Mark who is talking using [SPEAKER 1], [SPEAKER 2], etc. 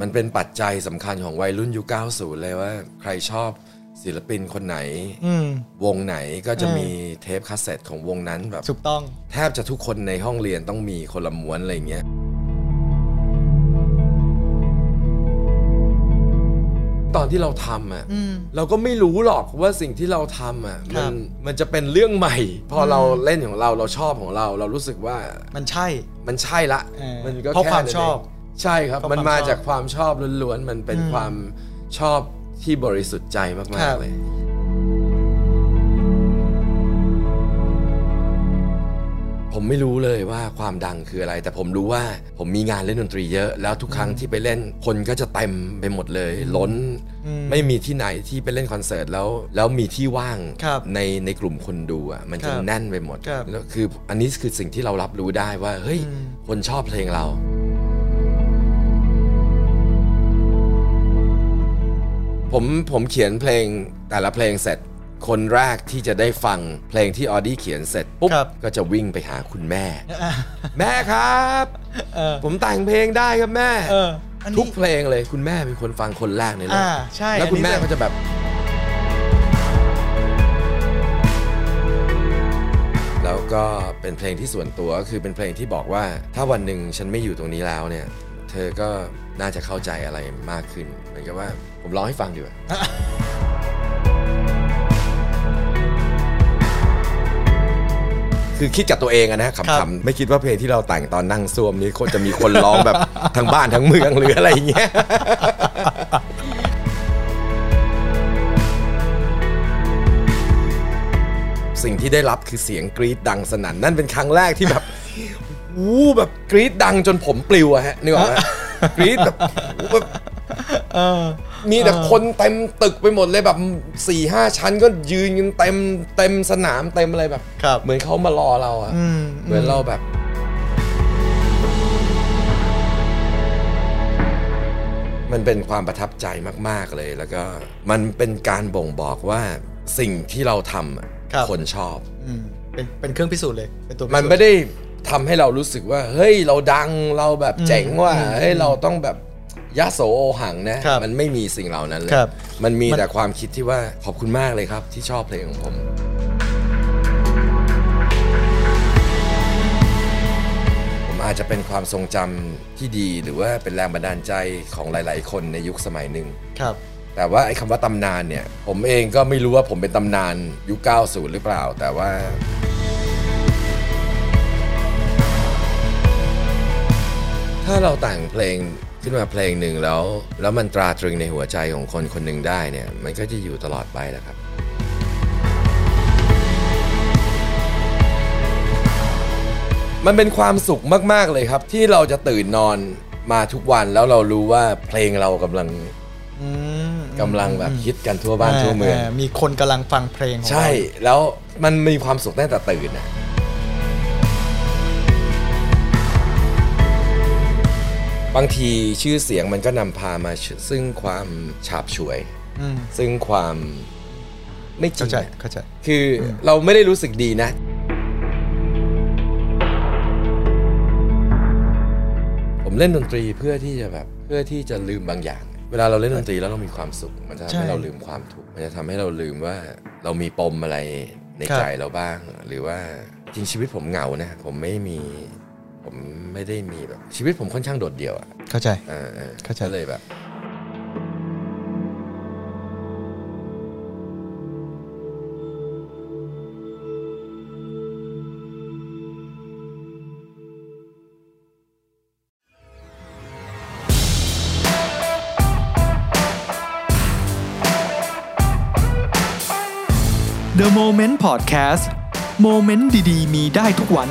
[SPEAKER 1] มันเป็นปัจจัยสำคัญของวัยรุ่นยุค90 เลยว่า ใครชอบศิลปินคนไหน
[SPEAKER 2] อืม
[SPEAKER 1] วงไหนก็จะ
[SPEAKER 2] เออ
[SPEAKER 1] มีเทปคาสเซ็ตของวงนั้นแบบ
[SPEAKER 2] ถูกต้อง
[SPEAKER 1] แทบจะทุกคนในห้องเรียนต้องมีคนละม้วนอะไรอย่างเงี้ย ตอนที่เราทำอ่ะ
[SPEAKER 2] อืม
[SPEAKER 1] เราก็ไม่รู้หรอกว่าสิ่งที่เราทำอ่ะ
[SPEAKER 2] ค
[SPEAKER 1] มั
[SPEAKER 2] รับ
[SPEAKER 1] นมันจะเป็นเรื่องใหม่ พอเราเล่นของเราเราชอบของเรา เรารู้สึกว่า
[SPEAKER 2] มันใช่
[SPEAKER 1] มันใช่ละ
[SPEAKER 2] เออ
[SPEAKER 1] มันก็
[SPEAKER 2] เพราะ
[SPEAKER 1] แ
[SPEAKER 2] ความชอบ
[SPEAKER 1] นั้นเงใช่ครับ
[SPEAKER 2] เพราะ
[SPEAKER 1] มันมา
[SPEAKER 2] ความชอบ
[SPEAKER 1] จากความชอบล้วนๆมันเป็น
[SPEAKER 2] อืม
[SPEAKER 1] ความชอบที่บริสุทธิ์ใจมา
[SPEAKER 2] ครั
[SPEAKER 1] ก
[SPEAKER 2] บ
[SPEAKER 1] ๆเลย ผมไม่รู้เลยว่าความดังคืออะไร แต่ผมรู้ว่าผมมีงานเล่นดนตรีเยอะ แล้วทุกครั้งที่ไปเล่นคนก็จะเต็มไปหมดเลย ล้น
[SPEAKER 2] อืม
[SPEAKER 1] ไม่มีที่ไหนที่ไปเล่นคอนเสิร์ตแล้ว แล้วมีที่ว่าง
[SPEAKER 2] ครับ
[SPEAKER 1] ในในกลุ่มคนดูอ่ะมัน
[SPEAKER 2] ครั
[SPEAKER 1] จะ
[SPEAKER 2] บ
[SPEAKER 1] แน่นไปหมด
[SPEAKER 2] ครับ
[SPEAKER 1] แล้วคืออันนี้คือสิ่งที่เรารับรู้ได้ว่าเฮ้ย
[SPEAKER 2] อืม
[SPEAKER 1] คนชอบเพลงเรา ผมผมเขียนเพลงแต่ละเพลงเสร็จ คนแรกที่จะได้ฟังเพลงที่ออดี้เขียนเสร็จปุ๊บ
[SPEAKER 2] ครับ
[SPEAKER 1] ก็จะวิ่งไปหาคุณแม่ แม่ครับ
[SPEAKER 2] เออ
[SPEAKER 1] ผมแต่งเพลงได้ครับแม่
[SPEAKER 2] เอออันนี้
[SPEAKER 1] ทุกเพลงเลยคุณแม่เป็นคนฟังคนแรกในโลก
[SPEAKER 2] อ่าใช่
[SPEAKER 1] แล้ว
[SPEAKER 2] อัน
[SPEAKER 1] คุณ
[SPEAKER 2] นี้
[SPEAKER 1] แม่ก็จะแบบ แล้วก็เป็นเพลงที่ส่วนตัวก็คือเป็นเพลงที่บอกว่า ถ้าวันหนึ่งฉันไม่อยู่ตรงนี้แล้วเนี่ย เธอก็น่าจะเข้าใจอะไรมากขึ้นเหมือนกับว่าผมร้องให้ฟังดีกว่า คือคิดกับตัวเองอะนะขำๆไม่คิดว่าเพลงที่เราแต่งตอนนั่งซ่วมนี้คนจะมีคนร้อง แบบ ทั้งบ้านทั้งเมืองหรืออะไรอย่างเงี้ย สิ่งที่ได้รับคือเสียงกรี๊ดดังสนั่นนั่นเป็นครั้งแรกที่แบบ วู้แบบกรี๊ดดังจนผมปลิวอะฮะนึกออกไหม กรี๊ดแบบวู้แบบ
[SPEAKER 2] เออ
[SPEAKER 1] มีแต่คนเต็มตึกไปหมดเลยแบบ4ี่ห้าชั้นก็ยืนกันเต็มเต็มสนามเต็มอะไรแบบ
[SPEAKER 2] ครับ
[SPEAKER 1] เหมือนเขามารอเราอะ
[SPEAKER 2] อืม
[SPEAKER 1] เหมือนเราแบบ มันเป็นความประทับใจมาก ๆเลยแล้วก็ มันเป็นการบ่งบอกว่าสิ่งที่เราทำอะ
[SPEAKER 2] ครับ
[SPEAKER 1] คนชอบ
[SPEAKER 2] อืมเป็นเป็นเครื่องพิสูจน์เลยเป็นตัวพิสูจน์
[SPEAKER 1] มันไม่ได้ทำให้เรารู้สึกว่า เฮ้ยเราดังเราแบบเจ๋งว่าเฮ้ยเราต้องแบบยะโสโอหังนะครับ มันไม่มีสิ่งเหล่านั้นเลย
[SPEAKER 2] ครับ
[SPEAKER 1] มันมีแต่ความคิดที่ว่าขอบคุณมากเลยครับ ที่ชอบเพลงของผม ผมอาจจะเป็นความทรงจำที่ดีหรือว่าเป็นแรงบันดาลใจของหลาย ๆ คนในยุคสมัยหนึ่ง
[SPEAKER 2] ครับ
[SPEAKER 1] แต่ว่าไอ้คำว่าตำนานเนี่ย ผมเองก็ไม่รู้ว่าผมเป็นตำนานยุค90 หรือเปล่า แต่ว่า ถ้าเราแต่งเพลงขึ้นมาเพลงหนึ่งแล้ว แล้วมันตราตรึงในหัวใจของคนคนหนึ่งได้เนี่ย มันก็จะอยู่ตลอดไปแหละครับ มันเป็นความสุขมาก ๆ เลยครับ ที่เราจะตื่นนอนมาทุกวันแล้วเรารู้ว่าเพลงเรากำลัง
[SPEAKER 2] อืม
[SPEAKER 1] กำลังแบบฮิตกันทั่วบ้านทั่วเมือง
[SPEAKER 2] มีคนกำลังฟังเพลงของ
[SPEAKER 1] ใช่
[SPEAKER 2] เรา
[SPEAKER 1] แล้วมันมีความสุขตั้งแต่ตื่นนะบางทีชื่อเสียงมันก็นำพามาซึ่งความฉาบฉวย
[SPEAKER 2] อืม
[SPEAKER 1] ซึ่งความไม่จริ
[SPEAKER 2] เข้าง ใจ
[SPEAKER 1] อะ
[SPEAKER 2] เข้าใจ
[SPEAKER 1] คือเราไม่ได้รู้สึกดีนะ ผมเล่นดนตรีเพื่อที่จะแบบเพื่อที่จะลืมบางอย่าง เวลาเราเล่นดนตรีแล้วเรามีความสุข มันจะ
[SPEAKER 2] ใช่
[SPEAKER 1] ทำให้เราลืมความทุกข์มันจะทำให้เราลืมว่าเรามีปมอะไรใน
[SPEAKER 2] ครับ
[SPEAKER 1] ใจเราบ้าง หรือว่าจริงชีวิตผมเหงานะ ผมไม่มี ผมไม่ได้มีแบบชีวิตผมค่อนข้างโดดเดี่ยวอะ
[SPEAKER 2] เข้าใจ
[SPEAKER 1] เออเออ
[SPEAKER 2] เข้าใจ
[SPEAKER 1] ก็เลยแบบ
[SPEAKER 3] The Moment Podcast โมเมนต์ดีๆ มีได้ทุกวัน